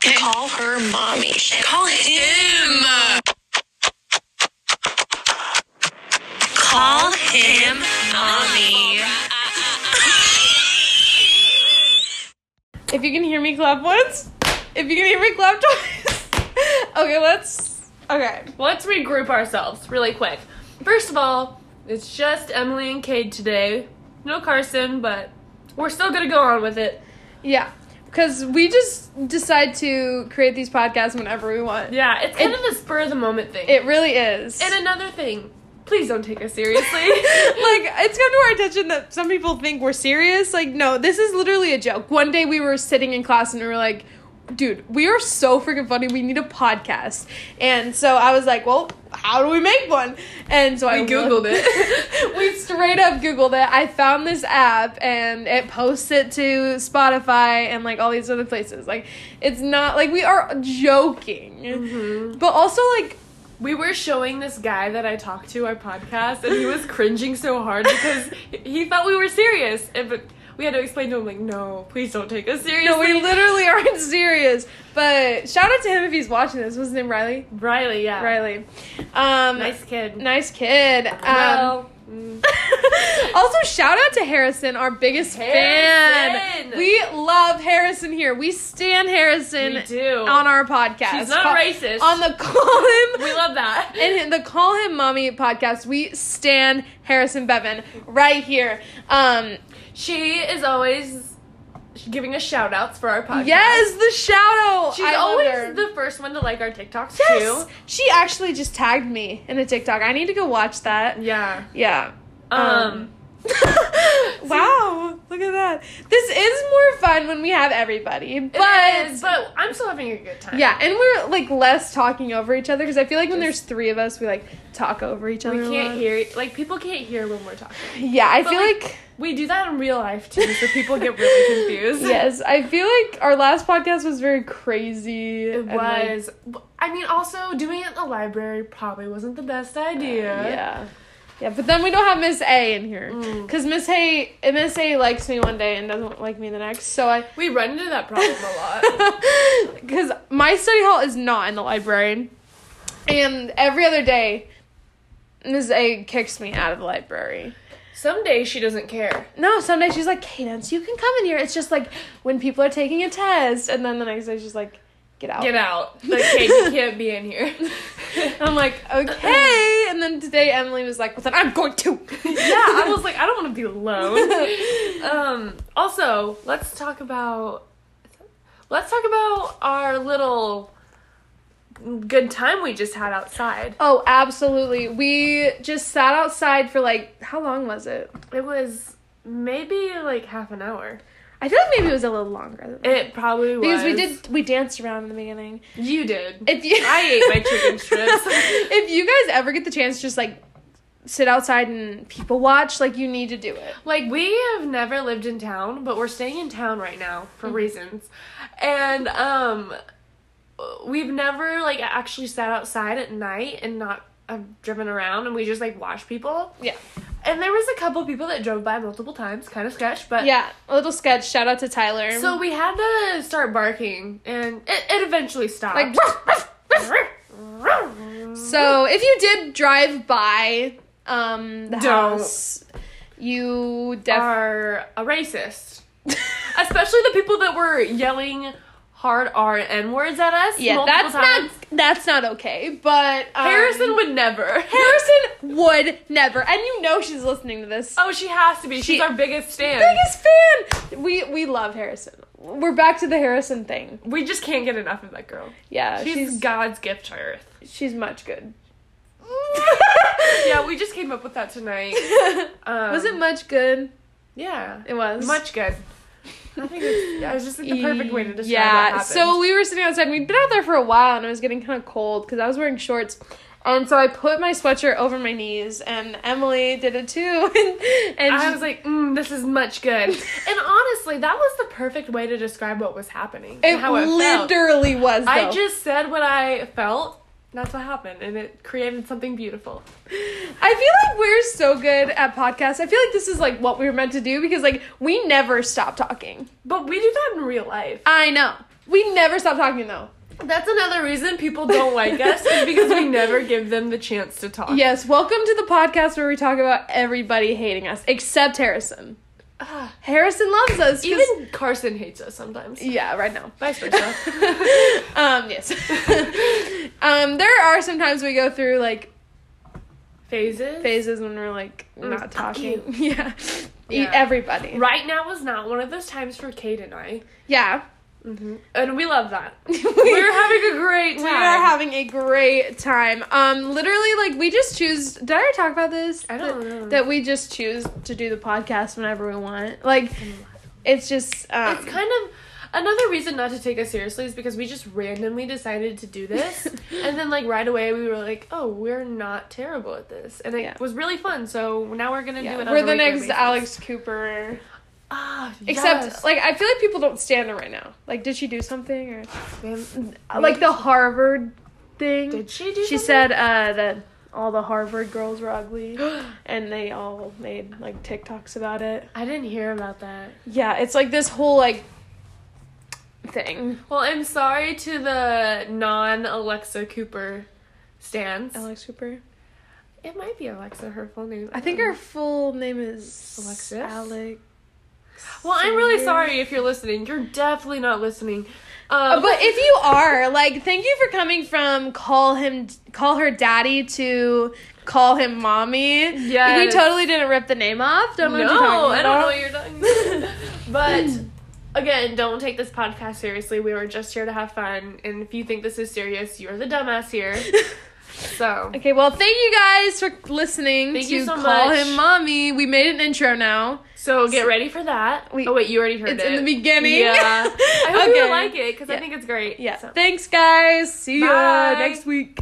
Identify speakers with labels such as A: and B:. A: call her mommy. She call him. Call him mommy.
B: If you can hear me clap once, if you can hear me clap twice. okay, let's. Okay.
C: Let's regroup ourselves really quick. First of all, it's just Emily and Cade today. No Carson, but we're still gonna go on with it.
B: Yeah. Because we just decide to create these podcasts whenever we want.
C: Yeah, it's kind
B: It-
C: of a spur of the moment thing.
B: It really is.
C: and another thing, please don't take us seriously.
B: like it's come to our attention that some people think we're serious. Like, no, this is literally a joke. One day we were sitting in class and we were like, dude, we are so freaking funny. We need a podcast. And so I was like, well, how do we make one? And so I
C: We Googled it.
B: we straight up Googled it. I found this app and it posts it to Spotify and like all these other places. Like, it's not like we are joking.
C: Mm-hmm.
B: But also like
C: we were showing this guy that I talked to our podcast, and he was cringing so hard because he thought we were serious. And, but we had to explain to him, like, no, please don't take us seriously.
B: No, we literally aren't serious. But shout out to him if he's watching this. What's his name? Riley.
C: Riley, yeah.
B: Riley. Um,
C: Oh. Nice kid.
B: Nice kid. Um,
C: Well, mm,
B: also, shout out to Harrison, our biggest fan.
C: Harrison!
B: We love Harrison here. We stand Harrison
C: we do.
B: on our podcast.
C: She's not
B: Call-
C: racist.
B: On the call him.
C: we love that.
B: in the Call Him Mommy podcast, we stand Harrison Bevan right here. Um,
C: She is always giving us shout outs for our podcast.
B: yes, the shout out.
C: She's
B: I love
C: always
B: her.
C: the first one to like our TikToks
B: Yes.
C: too.
B: She actually just tagged me in a TikTok. I need to go watch that.
C: Yeah.
B: Yeah.
C: Um,
B: wow. Look at that. This is more fun when we have everybody.
C: but
B: But
C: but I'm still having a good time.
B: yeah, and we're like less talking over each other because I feel like when there's three of us, we like talk over each other.
C: We
B: a
C: can't
B: lot.
C: hear like people can't hear when we're talking.
B: Yeah, I
C: But,
B: feel
C: like,
B: like,
C: We do that in real life too, so people get really confused.
B: yes, I feel like our last podcast was very crazy.
C: It
B: and, like,
C: was. I mean, also doing it in the library probably wasn't the best idea.
B: Uh, Yeah. Yeah, but then we don't have Miss A in here
C: Mm.
B: because Miss A Miss A likes me one day and doesn't like me the next. So I
C: We run into that problem a lot.
B: because my study hall is not in the library, and every other day, Miss A kicks me out of the library.
C: Someday she doesn't care.
B: No, someday she's like, "Cadence, you can come in here." It's just like when people are taking a test, and then the next day she's like, "Get out."
C: Get out. Like, Kate, you can't be in here.
B: And I'm like, okay. And then today Emily was like, well, then I'm going to.
C: yeah, I was like, I don't want to be alone. um, also, let's talk about let's talk about our little good time we just had outside.
B: Oh, absolutely. We just sat outside for like, how long was it?
C: It was maybe like half an hour.
B: I feel like maybe it was a little longer than that.
C: It probably was
B: because we did, we danced around in the beginning.
C: You did.
B: If you,
C: I ate my chicken strips.
B: if you guys ever get the chance, just like sit outside and people watch. Like you need to do it.
C: Like we have never lived in town, but we're staying in town right now for
B: Mm-hmm.
C: reasons. And um we've never like actually sat outside at night and not uh, driven around and we just like watched people.
B: Yeah,
C: And there was a couple people that drove by multiple times, kind of sketch, but
B: yeah. A little sketch. Shout out to Tyler.
C: So we had to start barking and it, it eventually stopped.
B: like. So if you did drive by um the
C: Don't.
B: house, you definitely
C: are a racist. Especially the people that were yelling hard R and N words at us.
B: yeah,
C: multiple
B: that's
C: times.
B: not that's not okay. But um,
C: Harrison would never.
B: Harrison would never, and you know she's listening to this.
C: Oh, she has to be. She's
B: She-
C: our biggest fan.
B: Biggest fan. We we love Harrison. We're back to the Harrison thing.
C: We just can't get enough of that girl.
B: Yeah,
C: She's,
B: she's
C: God's gift to earth.
B: she's much good.
C: Yeah, we just came up with that tonight. Um,
B: was it much good?
C: Yeah.
B: It was
C: Much good. I think it's, yeah, it's just like the perfect way to describe what
B: Yeah.
C: happened.
B: So we were sitting outside. and We'd been out there for a while, and it was getting kind of cold because I was wearing shorts. And so I put my sweatshirt over my knees, and Emily did it too. And, and
C: I
B: she-
C: was like, mm, this is much good. and honestly, that was the perfect way to describe what was happening.
B: it
C: and how it felt.
B: literally was. Though.
C: I just said what I felt. That's what happened, and it created something beautiful.
B: I feel like we're so good at podcasts. I feel like this is like what we were meant to do because like we never stop talking.
C: But we do that in real life.
B: I know. We never stop talking though.
C: That's another reason people don't like us is because we never give them the chance to talk.
B: Yes, welcome to the podcast where we talk about everybody hating us except Harrison.
C: Ah.
B: Harrison loves us. 'cause-
C: Even Carson hates us sometimes.
B: yeah, right now.
C: Vice versa.
B: um, yes. um, there are some times we go through like
C: Phases.
B: phases when we're like not
C: Mm, fuck
B: talking. Yeah. E-
C: Yeah.
B: Everybody.
C: Right now is not one of those times for Kate and I,
B: Yeah.
C: and we love that.
B: we,
C: We're having a great time.
B: we are having a great time. Um, literally, like we just choose. Did I already talk about this?
C: I don't
B: that,
C: know.
B: That we just choose to do the podcast whenever we want. Like, it's just. Um,
C: It's kind of another reason not to take us seriously is because we just randomly decided to do this, and then like right away we were like, oh, we're not terrible at this, and it
B: Yeah.
C: was really fun. So now we're gonna do it.
B: yeah,
C: on
B: we're
C: a
B: the
C: regular
B: next
C: basis.
B: Alex Cooper.
C: Ah,
B: Except,
C: yes.
B: like, I feel like people don't stand her right now. Like, did she do something or
C: Fam-
B: like the Harvard thing?
C: did she do?
B: She
C: something?
B: said uh, that all the Harvard girls were ugly, and they all made like TikToks about it.
C: I didn't hear about that.
B: Yeah, it's like this whole like thing.
C: Well, I'm sorry to the non Alexa Cooper stands.
B: Alex Cooper.
C: It might be Alexa, her full name.
B: I think
C: don't
B: her full name is
C: Alexis?
B: Alex.
C: know. Well, I'm really
B: Sanders.
C: sorry if you're listening. You're definitely not listening.
B: Uh,
C: Um,
B: But if you are, like, thank you for coming from call him, call her daddy to call him mommy.
C: Yes.
B: We totally didn't rip the name off. Don't know
C: no,
B: what you're talking
C: I don't
B: about.
C: know what you're talking about. but again, don't take this podcast seriously. We were just here to have fun, and if you think this is serious, you're the dumbass here. So
B: Okay, well, thank you guys for listening
C: Thank
B: to
C: you so
B: Call
C: much.
B: Him Mommy. We made an intro now.
C: so get ready for that.
B: We-
C: oh wait, you already heard
B: It's
C: it
B: in the beginning.
C: Yeah, I hope
B: okay.
C: you like it because
B: Yeah.
C: I think it's great.
B: Yeah.
C: So.
B: Thanks, guys. See ya
C: Bye.
B: next week.